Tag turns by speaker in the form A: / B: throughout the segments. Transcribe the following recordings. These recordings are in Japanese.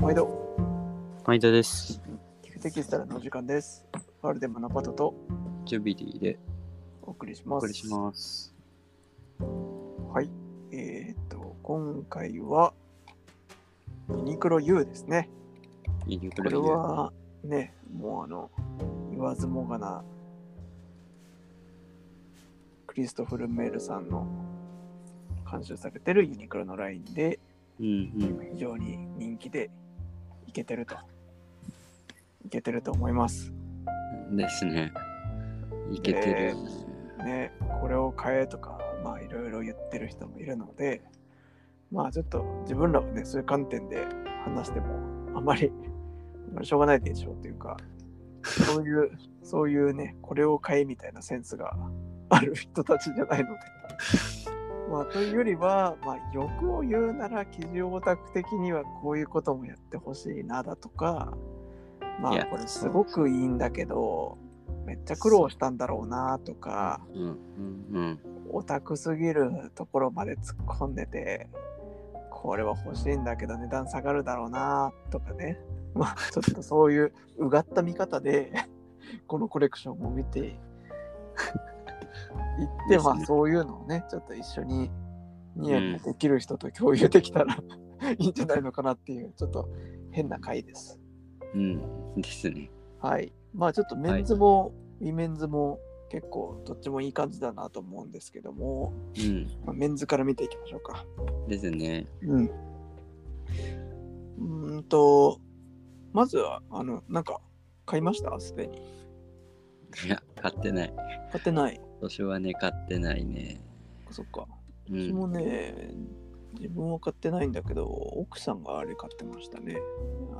A: 毎度、
B: 毎田です。
A: 聞くテキスタルのお時間です。ワルデムのパトと
B: ジュビリーで
A: お送りし
B: お
A: ます。
B: 送りします。
A: はい。えっ、と、今回は、ユニクロ U ですね。
B: ユニク
A: これ
B: ロ
A: は、ね、もうあの、言わずもがな、クリストフル・メールさんの監修されてるユニクロのラインで、
B: うんうん。
A: 非常に人気で、いけてると。いけてると思います。
B: ですね。いけてる、
A: えね、これを買えとか、まあいろいろ言ってる人もいるので、まあちょっと自分らはね、そういう観点で話しても、あまり、あまりしょうがないでしょうというか、そういう、そういうね、これを買えみたいなセンスがある人たちじゃないので。まあ、というよりは、まあ、欲を言うなら、記事オタク的にはこういうこともやってほしいなだとか、ま
B: い
A: あ、
B: や
A: これすごくいいんだけど、めっちゃ苦労したんだろうなとか、
B: うんうん
A: オタクすぎるところまで突っ込んでてこれは欲しいんだけど値段下がるだろうなとかね まあちょっとそういううがった見方で このコレクションも見て いって
B: ですね
A: まあそういうのをねちょっと一緒にニヤニヤできる人と共有できたら、 いいんじゃないのかなっていうちょっと変な回です
B: うん。うん。ですね。
A: はいまあちょっとメンズも、ウィメンズも結構どっちもいい感じだなと思うんですけども、
B: うん。
A: まあ、メンズから見ていきましょうか
B: ですね。
A: うん。うーんと、まずは、あの、なんか、買いましたすでに。
B: いや、買ってない。
A: 買ってない。
B: 今年はね、買ってないね。
A: そっか。
B: う
A: 私
B: ん。
A: もね、自分は買ってないんだけど、奥さんがあれ買ってましたね。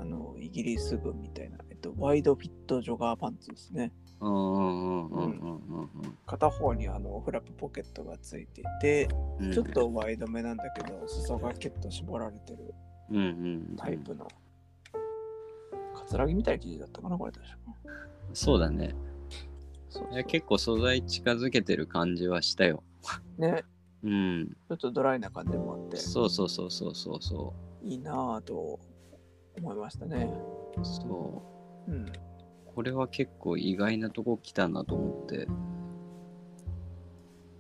A: あの、イギリス軍みたいな、えっと、ワイドフィットジョガーパンツですね。
B: うんうんうんうんうん
A: 片方にあのフラップポケットがついていて、
B: うん。
A: ちょっとワイドめなんだけど、裾がキュッと絞られてる
B: うんうん
A: タ
B: う
A: イ
B: ん。
A: プの、カツラギみたいな生地だったかな、これ確か。
B: そうだね。
A: そうそう
B: いや結構素材近づけてる感じはしたよ。
A: ね、
B: うん。
A: ちょっとドライな感じもあって、
B: そうそうそうそうそうそ
A: いいなぁと思いましたね。
B: う。そう。
A: うん。
B: これは結構意外なとこ来たなと思って。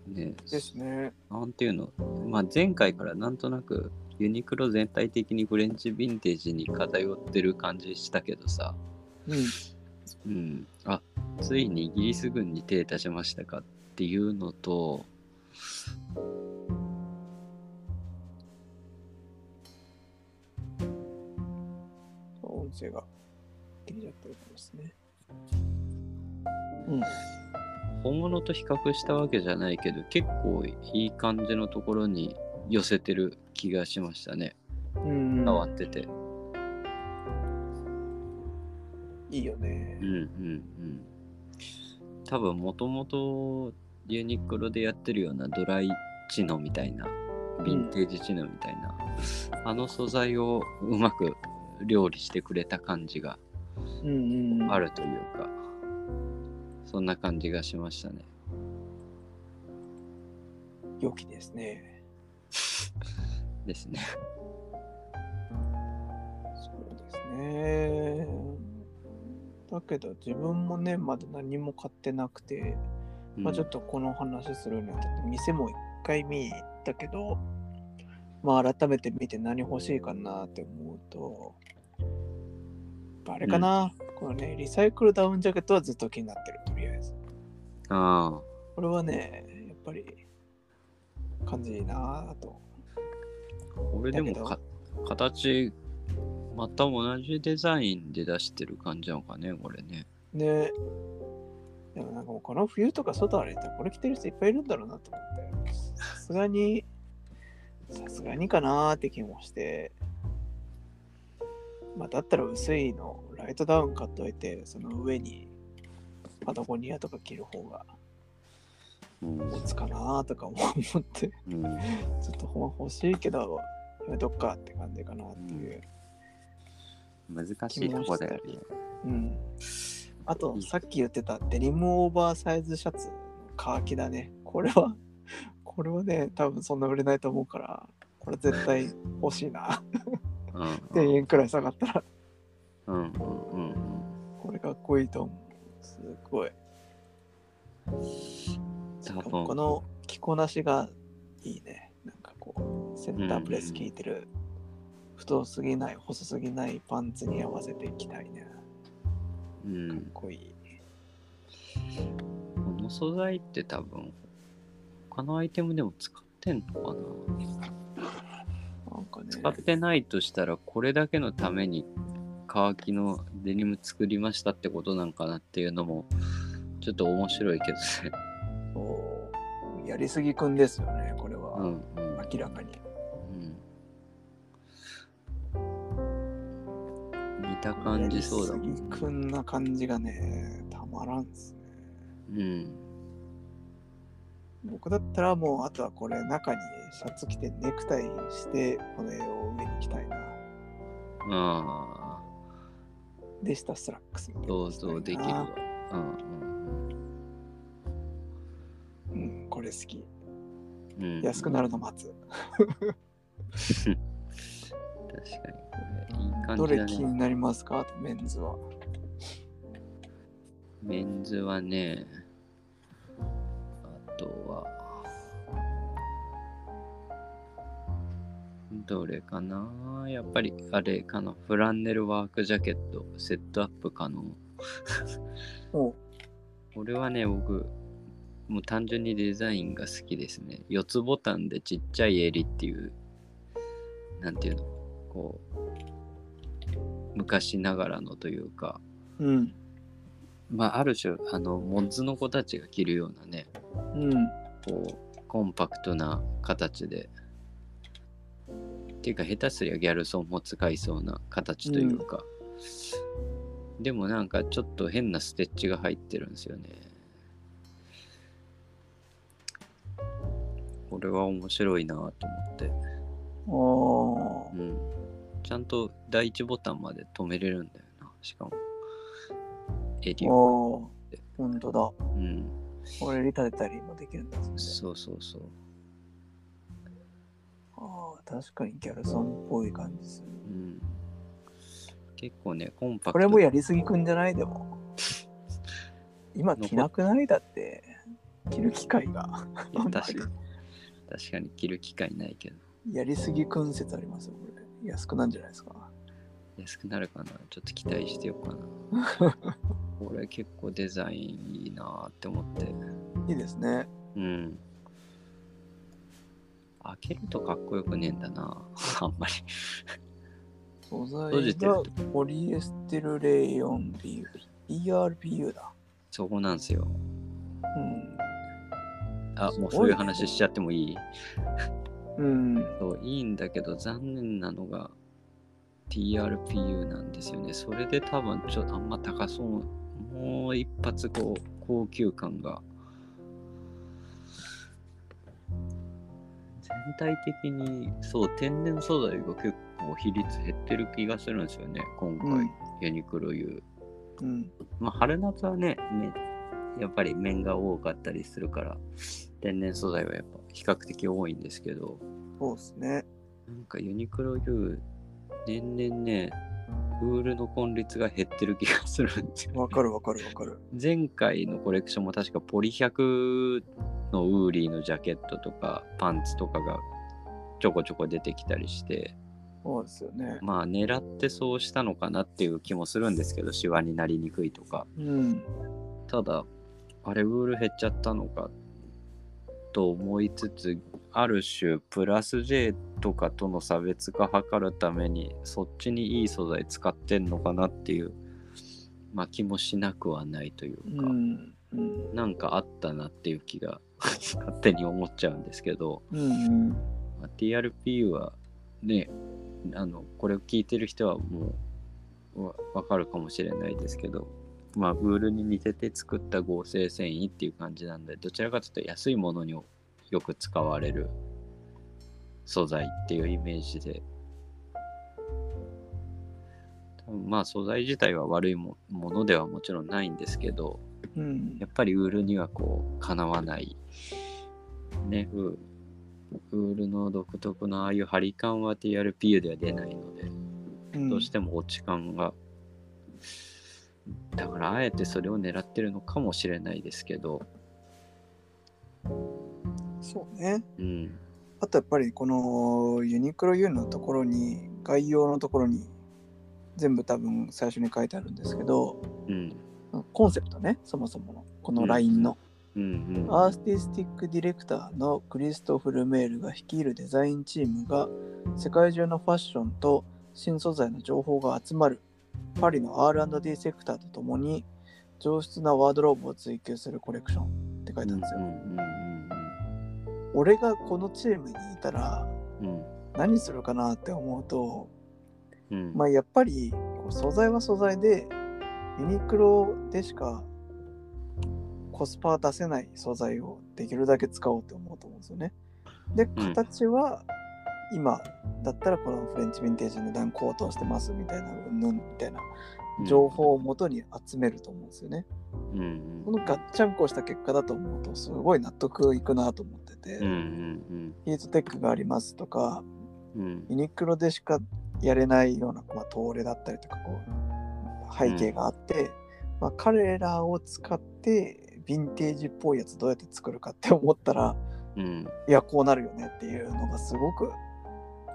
B: ね
A: ですね。
B: なんていうの、まあ、前回からなんとなくユニクロ全体的にフレンチヴィンテージに偏ってる感じしたけどさ、
A: うん。
B: うん、あついにイギリス軍に手出しましたかっていうのと、
A: 音声が切れちゃってるかもですね。うん。
B: 本物と比較したわけじゃないけど、結構いい感じのところに寄せてる気がしましたね、
A: うん
B: 変わってて。
A: いいよね
B: うん。うんうん多分もともとユニクロでやってるようなドライチノみたいなヴィンテージチノみたいな、あの素材をうまく料理してくれた感じが
A: うんうん。
B: あ
A: る。
B: るというか、そんな感じがしましたね
A: 良きですね。
B: ですね
A: そうですね。だけど自分もね、まだ何も買ってなくて、まあ、ちょっとこの話するにあたって店も一回見に行ったけど、まあ、改めて見て何欲しいかなって思うとやっぱあれかな、このねリサイクルダウンジャケットはずっと気になってるとりあえず
B: うん、あ
A: これはねやっぱり感じいいなぁと
B: あこれでも
A: だ
B: か形また同じデザインで出してる感じなのかねこれね
A: ねでもなんかもうこの冬とか外歩いたらこれ着てる人いっぱいいるんだろうなと思ってさすがにさすがにかなーって気もしてまあだったら薄いのライトダウン買っといてその上にパタゴニアとか着る方が
B: うん、
A: 持つかなーとかも思ってち
B: うん
A: ょっとほんま欲しいけどやめとっかって感じかなっていう
B: 難しいとこだよね
A: うんあとさっき言ってたデニムオーバーサイズシャツのカーキだねこれはこれはね多分そんな売れないと思うからこれ絶対欲しいな
B: ううん
A: 1000円くらい下がったら、
B: うんうんうんうん
A: これかっこいいと思う。すごい。
B: 多分
A: この着こなしがいいね。なんかこう、センタープレス効いてる、太すぎない、細すぎないパンツに合わせていきたいね。
B: う
A: かっ
B: ん
A: こいい。
B: この素材って多分他のアイテムでも使ってんのかな
A: なんかね。
B: 使ってないとしたらこれだけのために乾きのデニム作りましたってことなんかなっていうのもちょっと面白いけどね。
A: そうやりすぎくんですよね、これ
B: うん
A: は。
B: うん
A: 明らかに。
B: うん見た感じそうだも
A: やりすぎく
B: ん、
A: んな感じがね、たまらんっすね。
B: うん。
A: 僕だったらもう、あとはこれ、中にシャツ着てネクタイして、これを上に着たいな。
B: あ
A: でした、スラックスみたい
B: あ、
A: なの
B: 想
A: をしたいな
B: 像できるわ。うん
A: うん、これ好き。
B: うんうん、
A: 安くなるの待つ。
B: 確かにこれいい感
A: ど
B: じ
A: れ
B: だ
A: 気
B: ね
A: になりますかメンズは。
B: メンズはねあとはどれかなやっぱりあれかなフランネルワークジャケットセットアップ可能
A: おう
B: これはね僕もう単純にデザインが好きですね4つボタンでちっちゃい襟っていうなんていうのこう昔ながらのというか
A: うん。
B: まあ、ある種あのモンズの子たちが着るようなね
A: うん。
B: こうコンパクトな形でっていうか下手すりゃギャルソンも使いそうな形というか、でもなんかちょっと変なステッチが入ってるんですよねこれは面白いなと思って、
A: おー
B: うん、ちゃんと第一ボタンまで止めれるんだよなしかも襟を
A: おー。ほんとだ。
B: うん
A: これ、立てたりもできるんだ。
B: そうそうそう
A: ああ、確かにギャルソンっぽい感じする。
B: うん結構ね、コンパクト。
A: これもやりすぎくんじゃないでも。今着なくないだって、着る機会が。
B: いや確かに。確かに着る機会ないけど。
A: やりすぎくん説ありますよ、これ。安くなんじゃないですか。
B: 安くなるかなちょっと期待してようかな。 これ結構デザインいいなって思って。
A: いいですね。
B: うん。開けるとかっこよくねえんだな あんまり。
A: 素
B: 閉
A: 材
B: じてる
A: がポリエステルレイオン BU。ERPU だ。
B: そこなんですよ。
A: う
B: あ、もう
A: す
B: そ
A: ご
B: う
A: いね
B: いう話しちゃってもいい
A: ん。うん。
B: そういいんだけど残念なのが TRPU なんですよね。それで多分ちょっとあんま高そう。もう一発こう高級感が。全体的にそう天然素材が結構比率減ってる気がするんですよね。今回、
A: うん
B: ユニクロ U。
A: うん。
B: まあ春夏はねね、やっぱり面が多かったりするから天然素材はやっぱ比較的多いんですけど。
A: そうですね。
B: なんかユニクロ U 年々ねウールの混率が減ってる気がするんで すよ。
A: わかるわかるわかる。
B: 前回のコレクションも確かポリ100のウーリーのジャケットとかパンツとかがちょこちょこ出てきたりして
A: そうですよね。
B: まあ狙ってそうしたのかなっていう気もするんですけどシワになりにくいとか
A: うん。
B: ただあれウール減っちゃったのかと思いつつある種プラス J とかとの差別化図るためにそっちにいい素材使ってんのかなっていう、まあ、気もしなくはないという
A: う
B: か、
A: ん。うん。
B: なんかあったなっていう気が 勝手に思っちゃうんですけど、
A: うん。
B: まあ TRPU はねあのこれを聞いてる人はもうわわかるかもしれないですけどまあウールに似てて作った合成繊維っていう感じなんでどちらかというと安いものによく使われる素材っていうイメージで多分まあ素材自体は悪いもものではもちろんないんですけど
A: うん
B: や。っぱりウールにはこうかなわない、ね、ウウールの独特のああいう張り感は TRPU では出ないので、うしても落ち感がだからあえてそれを狙ってるのかもしれないですけど、
A: そうね。
B: うん、
A: あとやっぱりこのユニクロ U のところに概要のところに全部多分最初に書いてあるんですけど
B: うん、
A: コンセプトねそもそものこの LINE の、
B: うん、うん、
A: アーティスティックディレクターのクリストフ・ルメールが率いるデザインチームが世界中のファッションと新素材の情報が集まるパリの R&D セクターとともに上質なワードローブを追求するコレクションって書いてあるんですよ、俺がこのチームにいたら
B: うん、うん、
A: 何するかなって思うと
B: うん、
A: まあ、やっぱりこう素材は素材でユニクロでしかコスパ出せない素材をできるだけ使おうと思うと思うんですよね。で
B: ん
A: 形は今だったらこのフレンチヴィンテージの値段高騰してますみたいなうんぬんみたいな情報を元に集めると思うんですよね。
B: うん、うん
A: こ、のガッチャンコした結果だと思うとすごい納得いくなと思ってて、
B: うん、うん、
A: ヒートテックがありますとか
B: うん、うん、
A: ユニクロでしかやれないような、まあ、東レだったりとかこう背景があって、まあ、彼らを使ってヴィンテージっぽいやつどうやって作るかって思ったら
B: うん、
A: いやこうなるよねっていうのがすごく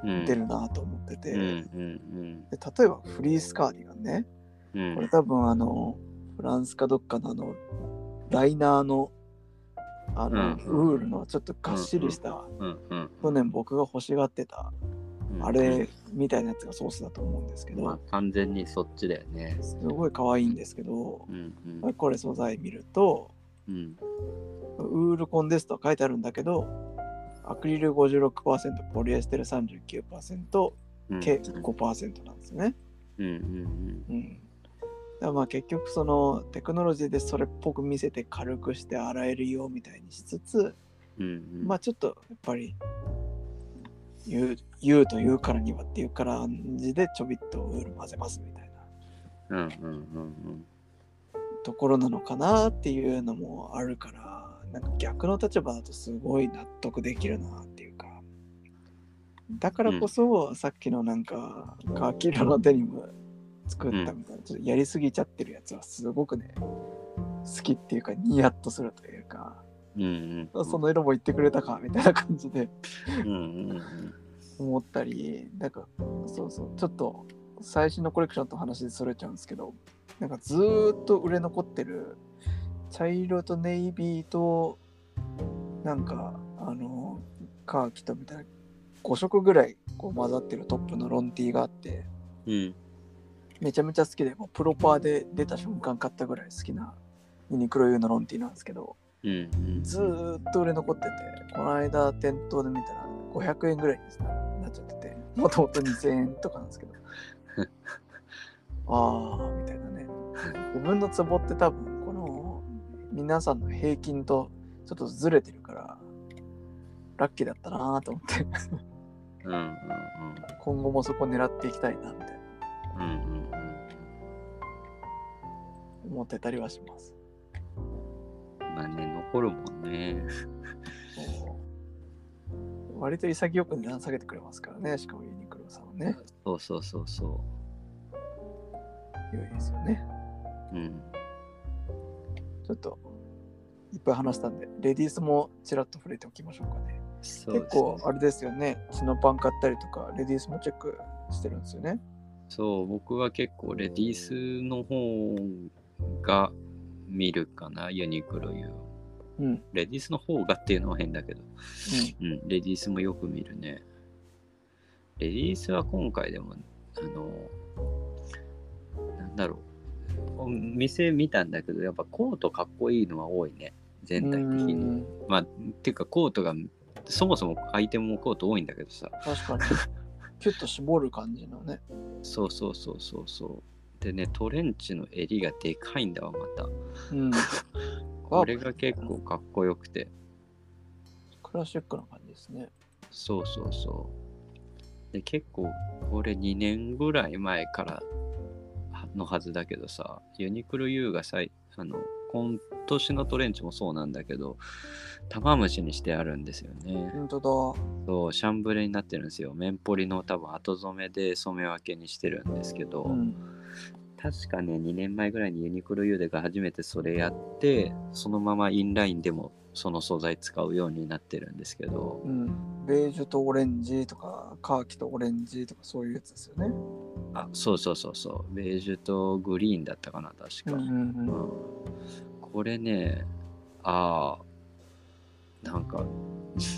B: うん、
A: 出るなと思ってて、
B: うん、
A: で
B: うん、
A: 例えばフリースカーディガンね
B: うん、
A: これ多分あのフランスかどっかのあのライナーのあの、
B: うん
A: ウールのちょっとがっしりした、
B: うん、うん、
A: 去年僕が欲しがってたあれみたいなやつがソースだと思うんですけど、
B: まあ完全にそっちだよね。
A: すごい可愛いんですけど
B: う、ん
A: これ素材見ると、
B: うんうん
A: ウールコンデスとは書いてあるんだけど、アクリル56%、ポリエステル39%、
B: うん。
A: 計5%なんですね。
B: うんうん
A: うん。だからまあ結局そのテクノロジーでそれっぽく見せて軽くして洗えるよみたいにしつつ、
B: うんうん。
A: まあちょっとやっぱり言う言うと言うからにはっていう感じでちょびっとウール混ぜますみたいな。
B: うんうんうん
A: ところなのかなっていうのもあるからなんか逆の立場だとすごい納得できるなっていうかだからこそ、さっきのなんかカーキ色のデニム作ったみたいな、ちょっとやりすぎちゃってるやつはすごくね好きっていうかニヤッとするというか、
B: うん。うんうん。
A: その色も言ってくれたかみたいな感じで
B: うんうんうん。
A: 思ったりなんかそうそうちょっと最新のコレクションと話でそれちゃうんですけどなんかずーっと売れ残ってる茶色とネイビーとなんかあのカーキとみたいな5色ぐらいこう混ざってるトップのロンティーがあって
B: うん
A: めちゃめちゃ好きでもうプロパーで出た瞬間買ったぐらい好きなユニクロ U のロンティーなんですけど
B: うんうん。
A: ずーっと売れ残っててこの間店頭で見たら500円ぐらいになっちゃっててもともと2000円とかなんですけどああみたいなね自分のツボって多分この皆さんの平均とちょっとずれてるからラッキーだったなーと思って
B: うんうんうん
A: 今後もそこ狙っていきたいなみたいな
B: うんうん
A: 思ってたりはします
B: うん。まあね、残るもんね。
A: そう割と潔く値段下げてくれますからねしかもユニクロさんはね
B: そうそうそうそ
A: 良いですよね
B: う。うん。
A: ちょっといっぱい話したんで、レディースもちらっと触れておきましょうかね。
B: そう
A: 結
B: ですね
A: 構あれですよね、チノパン買ったりとか、レディースもチェックしてるんですよね。
B: そう、僕は結構レディースの方が見るかな、ユニクロ U。
A: うん。うん、
B: レディースの方がっていうのは変だけど。うん、レディースもよく見るね。レディースは今回でも、あの、なんだろう。お店見たんだけど、やっぱコートかっこいいのは多いね。全体的
A: う
B: に。
A: ん
B: まあ、っていうかコートが、そもそもアイテムもコート多いんだけどさ。
A: 確 かに。キュッと絞る感じのね。
B: そうそうそうそうそう。でね、トレンチの襟がでかいんだわ、また。
A: うん。
B: これが結構かっこよくて。
A: クラシックな感じですね。
B: そうそうそう。で、結構、これ2年ぐらい前からのはずだけどさ、ユニクロ U がさいあの今年のトレンチもそうなんだけど、玉虫にしてあるんですよね。
A: 本当
B: そう、シャンブレになってるんですよ。面ポリの多分後染めで染め分けにしてるんですけど、
A: だ。うん。
B: 確かね、2年前ぐらいにユニクロユーデが初めてそれやって、そのままインラインでもその素材使うようになってるんですけど、
A: うん。ベージュとオレンジとか、カーキとオレンジとかそういうやつですよね。
B: あ、そうそうそうそう、ベージュとグリーンだったかな、確
A: うん
B: か。
A: うんうん。
B: これね、ああ、なんか、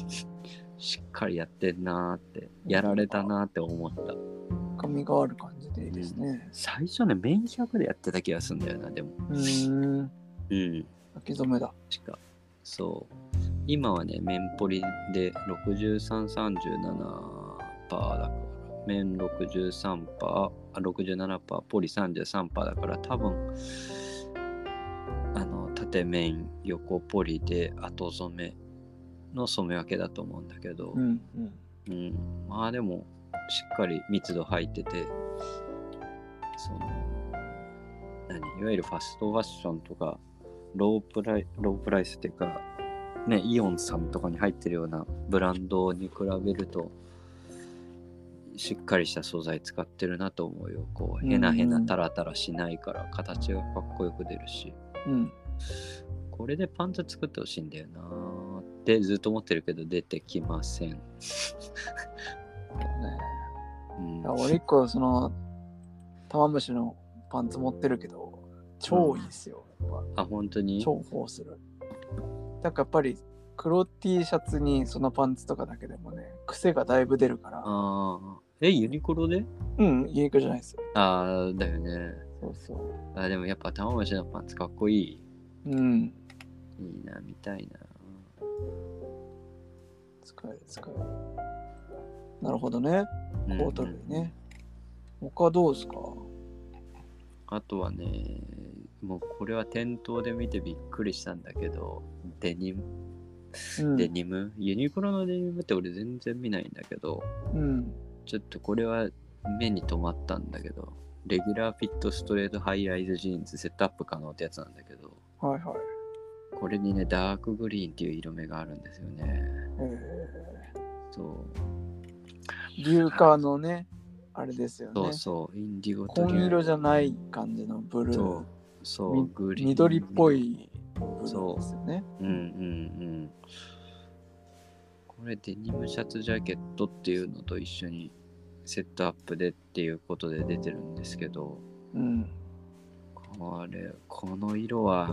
B: しっかりやってんなーって、やられたなーって思った。
A: 深みがある感じでいいですね。
B: 最初ね、メイン100でやってた気がするんだよな、でも。
A: うーん。
B: うん。
A: 書き初めだ。
B: 確か。そう。今はね、面ポリで63、37%だから、面63%、あ67%、ポリ33%だから、多分あの、縦面、横ポリで後染めの染め分けだと思うんだけど、
A: うん。うん。
B: うん、まあでもしっかり密度入っててその何いわゆるファストファッションとかロープライロープライスっていうか、ね、イオンさんとかに入ってるようなブランドに比べるとしっかりした素材使ってるなと思うよこう
A: うん
B: へなへなタラタラしないから形がかっこよく出るし
A: うん。
B: これでパンツ作ってほしいんだよなーってずっと思ってるけど出てきません、
A: ね
B: うん
A: いや俺一個その玉虫のパンツ持ってるけど超いいっすよ、やっ
B: あ、本当
A: ぱ
B: に
A: 重宝するなんかやっぱり黒 T シャツにそのパンツとかだけでもね癖がだいぶ出るから
B: ああ。え、ユニクロで
A: うんユニクロじゃないですよ
B: ああ、だよね。
A: そうそ
B: あでもやっぱ玉虫のパンツかっこいい。
A: ううん
B: いいな、見たいな。
A: 使える使えるなるほどね
B: うん
A: コート類
B: うん
A: ね、他どうですか
B: あとはね、もうこれは店頭で見てびっくりしたんだけど、デニム、
A: うん
B: デニムユニクロのデニムって俺全然見ないんだけど、
A: うん
B: ちょっとこれは目に留まったんだけど、レギュラーフィットストレートハイライズジーンズセットアップ可能ってやつなんだけど、
A: はいはい
B: これにね、ダークグリーンっていう色目があるんですよね。
A: え
B: そう。
A: ー、硫化のねあれですよね
B: そうそう、インディゴと
A: 紺
B: リ
A: 色じゃない感じのブルー
B: そう、そう、
A: み
B: グリーン
A: 緑っぽ。いブルーですよね。
B: うんうんうん。これ、デニムシャツジャケットっていうのと一緒にセットアップでっていうことで出てるんですけど、
A: うん。
B: これ、この色は、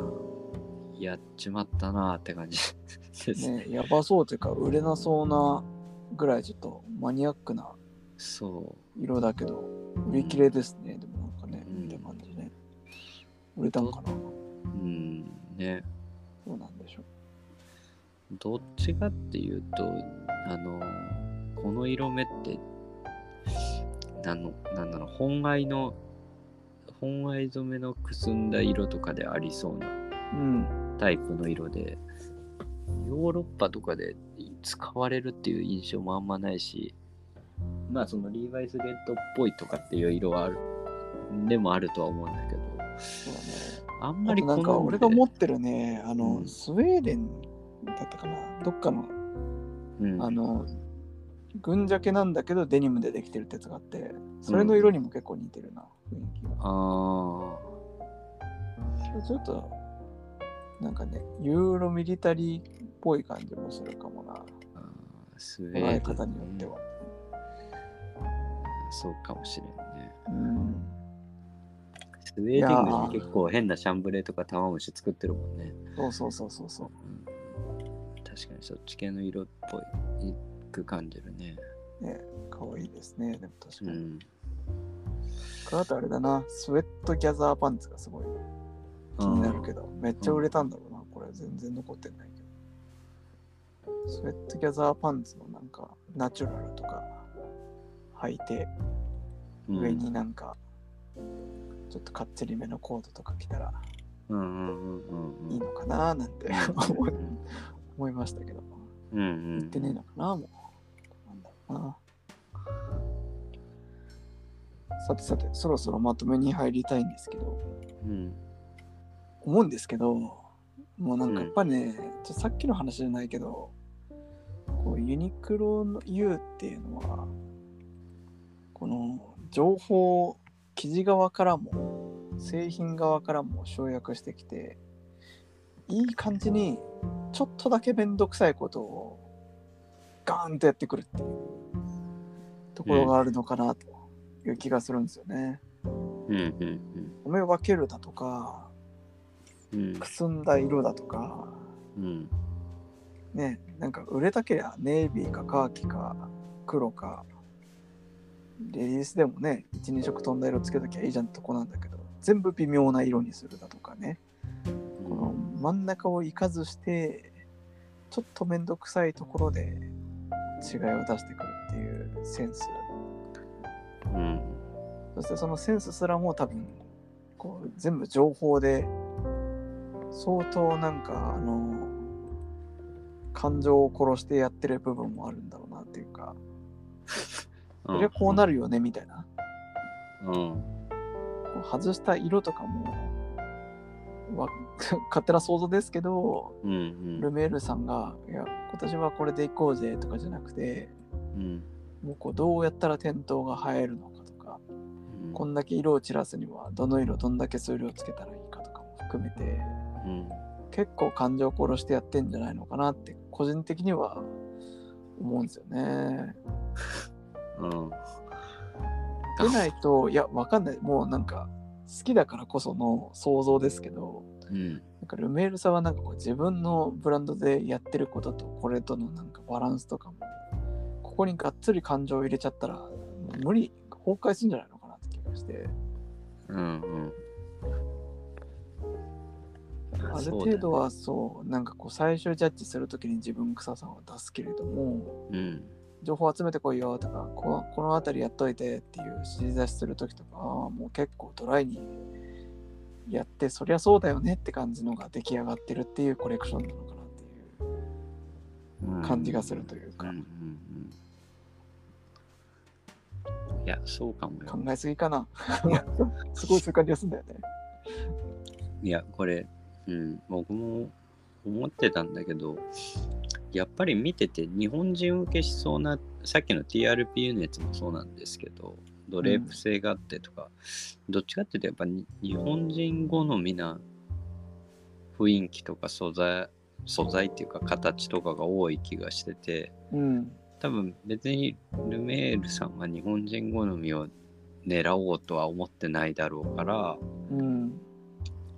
B: やっちまったなーって感じですね。
A: ね、やばそうというか、売れなそうなぐらいちょっとマニアックな
B: そ
A: 色だけど、売り切れですね。でもなんかね、
B: うん
A: 見た感じね。売れたのかな
B: う、うん、ね。
A: そうなんでしょ
B: どっちかっていうと、あの、この色目って、なんの、なんだろう、本愛の、本愛染めのくすんだ色とかでありそうな
A: う。うん。
B: タイプの色で、ヨーロッパとかで使われるっていう印象もあんまないし、まあそのリーバイスレッドっぽいとかっていう色はある、でもあるとは思うんだけど、
A: そうだね。
B: あんま
A: あ
B: り
A: となんか俺が持ってるね、あの、
B: うん
A: スウェーデンだったかな。どっかの、
B: うん、
A: あの、軍ジャケなんだけどデニムでできてるってやつがあって、それの色にも結構似てるな、雰囲気が。
B: あ
A: ちょっと、なんかね、ユーロミリタリーっぽい感じもするかもな。
B: ーあー、す
A: 捉え方によっては。
B: そうかもしれんね。
A: うん。
B: スウェーデン軍って結構変なシャンブレーとか玉虫作ってるもんね。
A: そうそうそうそうそう。
B: うん確かにそっち系の色っぽいいく感じるね。
A: かわいいですね。でも確
B: う
A: かに。
B: ん。
A: これあとあれだな、スウェットギャザーパンツがすごい気になるけど、めっちゃ売れたんだろうな。これ全然残ってないけど。スウェットギャザーパンツのなんか、ナチュラルとか履いて、
B: うん
A: 上になんか、ちょっとかっちりめのコートとか着たら
B: うんうんうんうんうん。
A: いいのかななんて 思う思いましたけど。
B: うんうん。
A: 行ってねえのかな、もう。なんだろうな。さてさて、そろそろまとめに入りたいんですけど、
B: うん。
A: 思うんですけど、もうなんか
B: う
A: や
B: ん
A: っぱね、ちょっとさっきの話じゃないけど、こうユニクロの U っていうのは、この情報、記事側からも、製品側からも集約してきて、いい感じに、ちょっとだけめんどくさいことを、ガーンとやってくるっていうところがあるのかなという気がするんですよね。
B: うんうん
A: おめ分けるだとか、
B: うん
A: くすんだ色だとか、
B: うん
A: ね、なんか売れたけりゃネイビーかカーキか黒か、レリースでもね、1、2色飛んだ色つけときゃいいじゃんってとこなんだけど、全部微妙な色にするだとかね、この真ん中を生かずして、ちょっとめんどくさいところで違いを出してくるっていうセンス。
B: うん
A: そしてそのセンスすらも多分こう全部情報で相当なんかあの感情を殺してやってる部分もあるんだろうなっていうかそりゃこうなるよねみたいな
B: うん
A: こう外した色とかもわ 勝手な想像ですけど
B: うんうん
A: ルメールさんが「いや今年はこれでいこうぜ」とかじゃなくて
B: うん
A: もうこうどうやったら点灯が映えるのかとか
B: うん
A: こんだけ色を散らすにはどの色どんだけ数量つけたらいいかとかも含めて
B: うん
A: 結構感情を殺してやってんじゃないのかなって個人的には思うんですよね。
B: うん
A: でないといやわかんないもうなんか好きだからこその想像ですけど
B: うん
A: なんかルメールさんはなんかこう自分のブランドでやってることとこれとのなんかバランスとかもここにがっつり感情を入れちゃったら無理崩壊するんじゃないのかなって気がして。
B: うんうん
A: ある程度はそうなんかこう最終ジャッジするときに自分臭さを出すけれども
B: うん
A: 情報集めてこいよとかここの辺りやっといてっていう指示出しするときとかあーもう結構ドライにやってそりゃそうだよねって感じのが出来上がってるっていうコレクションなのかなっていう
B: うん
A: 感じがするという
B: うん
A: か、
B: うんうんいやそうかもよ
A: 考えすぎかなすごいそういう感じがするんだよね
B: いやこれ、うん、僕も思ってたんだけどやっぱり見てて日本人受けしそうなさっきの TRPU のやつもそうなんですけどドレープ性があってとか、どっちかっていうとやっぱに日本人好みな雰囲気とか素材素材っていうか形とかが多い気がしてて
A: うん
B: 多分別にルメールさんは日本人好みを狙おうとは思ってないだろうから、
A: うん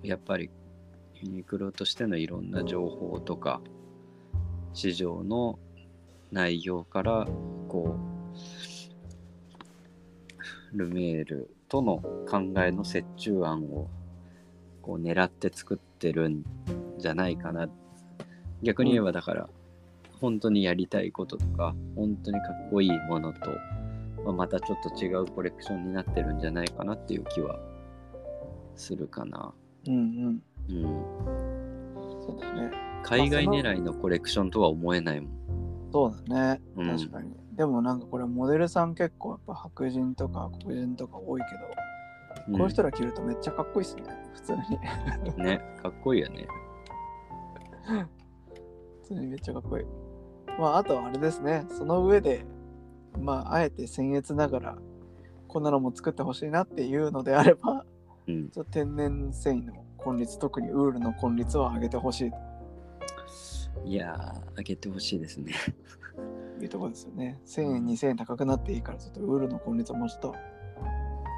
B: やっぱりユニクロとしてのいろんな情報とか市場の内容からこうルメールとの考えの折衷案をこう狙って作ってるんじゃないかな逆に言えばだから本当にやりたいこととか本当にかっこいいものとまあまたちょっと違うコレクションになってるんじゃないかなっていう気はするかな。
A: うんうん
B: うん、
A: そうだね
B: 海外狙いのコレクションとは思えないもん。
A: そうだね
B: うん
A: 確かに、でもなんかこれモデルさん結構やっぱ白人とか黒人とか多いけどこの人ら着るとめっちゃかっこいいっすね、普通に。
B: うんね、かっこいいよね。
A: 普通にめっちゃかっこいい。まあ、あとはあれですね、その上で、まあ、あえて僭越ながら、こんなのも作ってほしいなっていうのであれば、
B: うん、
A: ちょっと天然繊維の根率、特にウールの根率を上げてほしい
B: いやー、あげてほしいですね。
A: というところですよね。1000円、2000円高くなっていいから、ちょっとウールの根率をもうちょっと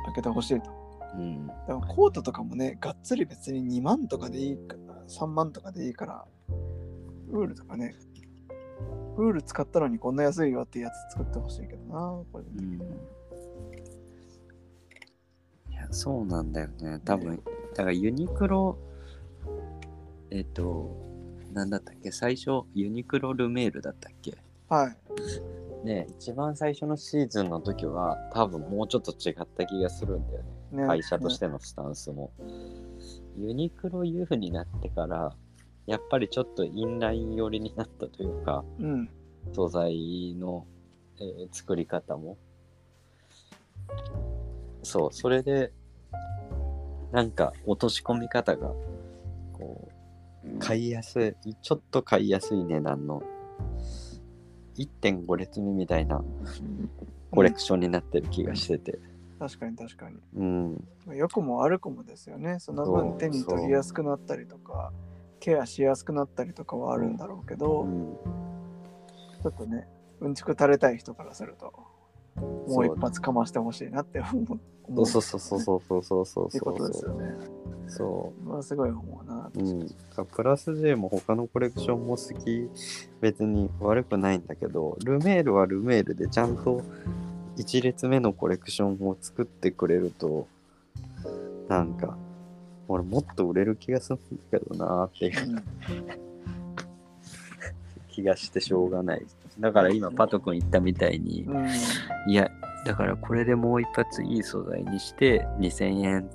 A: 上げてほしいと。
B: うん、
A: だからコートとかもね、がっつり別に2万とかでいいから、3万とかでいいから、ウールとかね、ウール使ったのにこんな安いよってやつ作ってほしいけどな、これ。
B: うん。いや、そうなんだよね。多分、だからユニクロ、えっ、と、なんだったっけ最初、ユニクロルメールだったっけ
A: はい。
B: ね一番最初のシーズンの時は、多分もうちょっと違った気がするんだよね。
A: ね
B: 会社としてのスタンスも。ユニクロ U になってから、やっぱりちょっとインライン寄りになったというか、
A: うん。
B: 素材の、えー作り方も。そう、それで、なんか落とし込み方が買いやすい、ちょっと買いやすい値段の1.5列目みたいなコレクションになってる気がしてて。
A: 確かに確かに。
B: うん。
A: まあ良くも悪くもですよね。その
B: そ
A: 分
B: う
A: 手に取りやすくなったりとか、ケアしやすくなったりとかはあるんだろうけど、
B: うん
A: ちょっとね、うんちく垂れたい人からすると、もう一発かましてほしいなって思う。思
B: そうそうそうそうそうそうそう
A: って
B: そ
A: ことですよ
B: う。
A: ね。
B: そ
A: まあ、すごい思うな。
B: う。うん、プラス J も他のコレクションも好き別に悪くないんだけどルメールはルメールでちゃんと1列目のコレクションを作ってくれるとなんか俺もっと売れる気がするんだけどなーっていう
A: うん
B: 気がしてしょうがないだから今パト君言ったみたいに、
A: うん
B: いやだからこれでもう一発いい素材にして2000円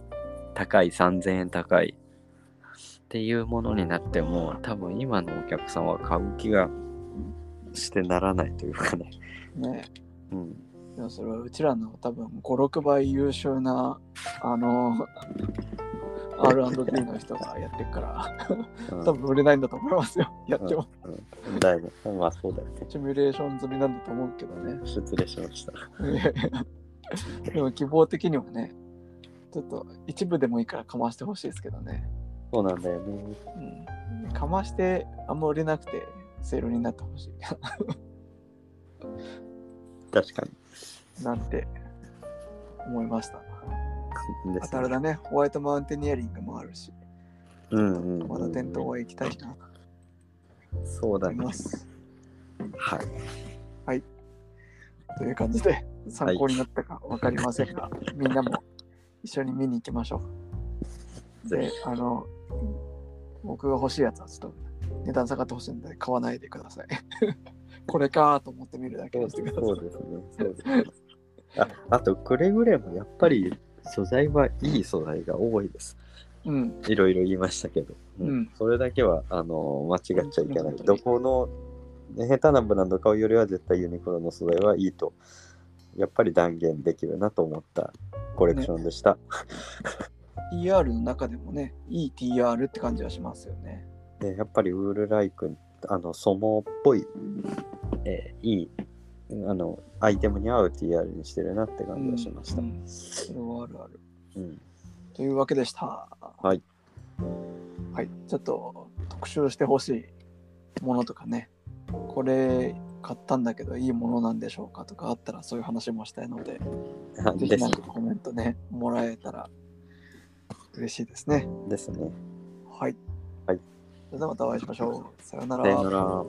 B: 高い3000円高いっていうものになっても多分今のお客さんは買う気がしてならないというかね、
A: ね、
B: うん、
A: でもそれはうちらの多分56倍優秀なあの R&D の人がやってるから
B: うん
A: 多分売れないんだと思いますよやっても
B: うんだいぶまあそうだよね
A: シミュレーション済みなんだと思うけどね
B: 失礼しました
A: いやいやでも希望的にはねちょっと一部でもいいからかましてほしいですけどね、
B: そうなんだよね
A: うん、かましてあんま売れなくてセールになってほしい
B: 確か
A: なんて思いました
B: にで
A: あ
B: す
A: とあれだねホワイトマウンテニアリングもあるし
B: うんうんうんうん
A: まだ店頭は行きたいなと
B: そうだ
A: 思い
B: ね
A: ます。
B: はい
A: という感じで、参考になったか分かりませんが、みんなも一緒に見に行きましょう。
B: ぜ
A: で、あの、僕が欲しいやつはちょっと値段下がってほしいんで買わないでください。 これかと思って見るだけ
B: そう
A: に
B: で
A: し
B: す
A: てくださ。い。
B: ねそうですね。ああと、くれぐれもやっぱり素材はいい素材が多いです。
A: うん、
B: いろいろ言いましたけど、うん
A: うん
B: それだけはあの間違っちゃいけな
A: う
B: い。
A: ん
B: どこのね下手なブランド買うよりは絶対ユニクロの素材はいいと、やっぱり断言できるなと思ったコレクションでした。
A: TR の中でもね、いい TR って感じはしますよね。
B: でやっぱりウールライクあのソモっぽい、えーいいあのアイテムに合う TR にしてるなって感じがしました。
A: うんうんそれはあるある。
B: うん
A: というわけでした。
B: はい。
A: はい、ちょっと特集してほしいものとかね、これ買ったんだけどいいものなんでしょうかとかあったらそういう話もしたいので、
B: あ
A: ぜひ
B: です
A: なんかコメントね、もらえたら嬉しいですね。
B: ですね。
A: はい。
B: はい
A: それではまたお会いしましょう。さような
B: さよなら。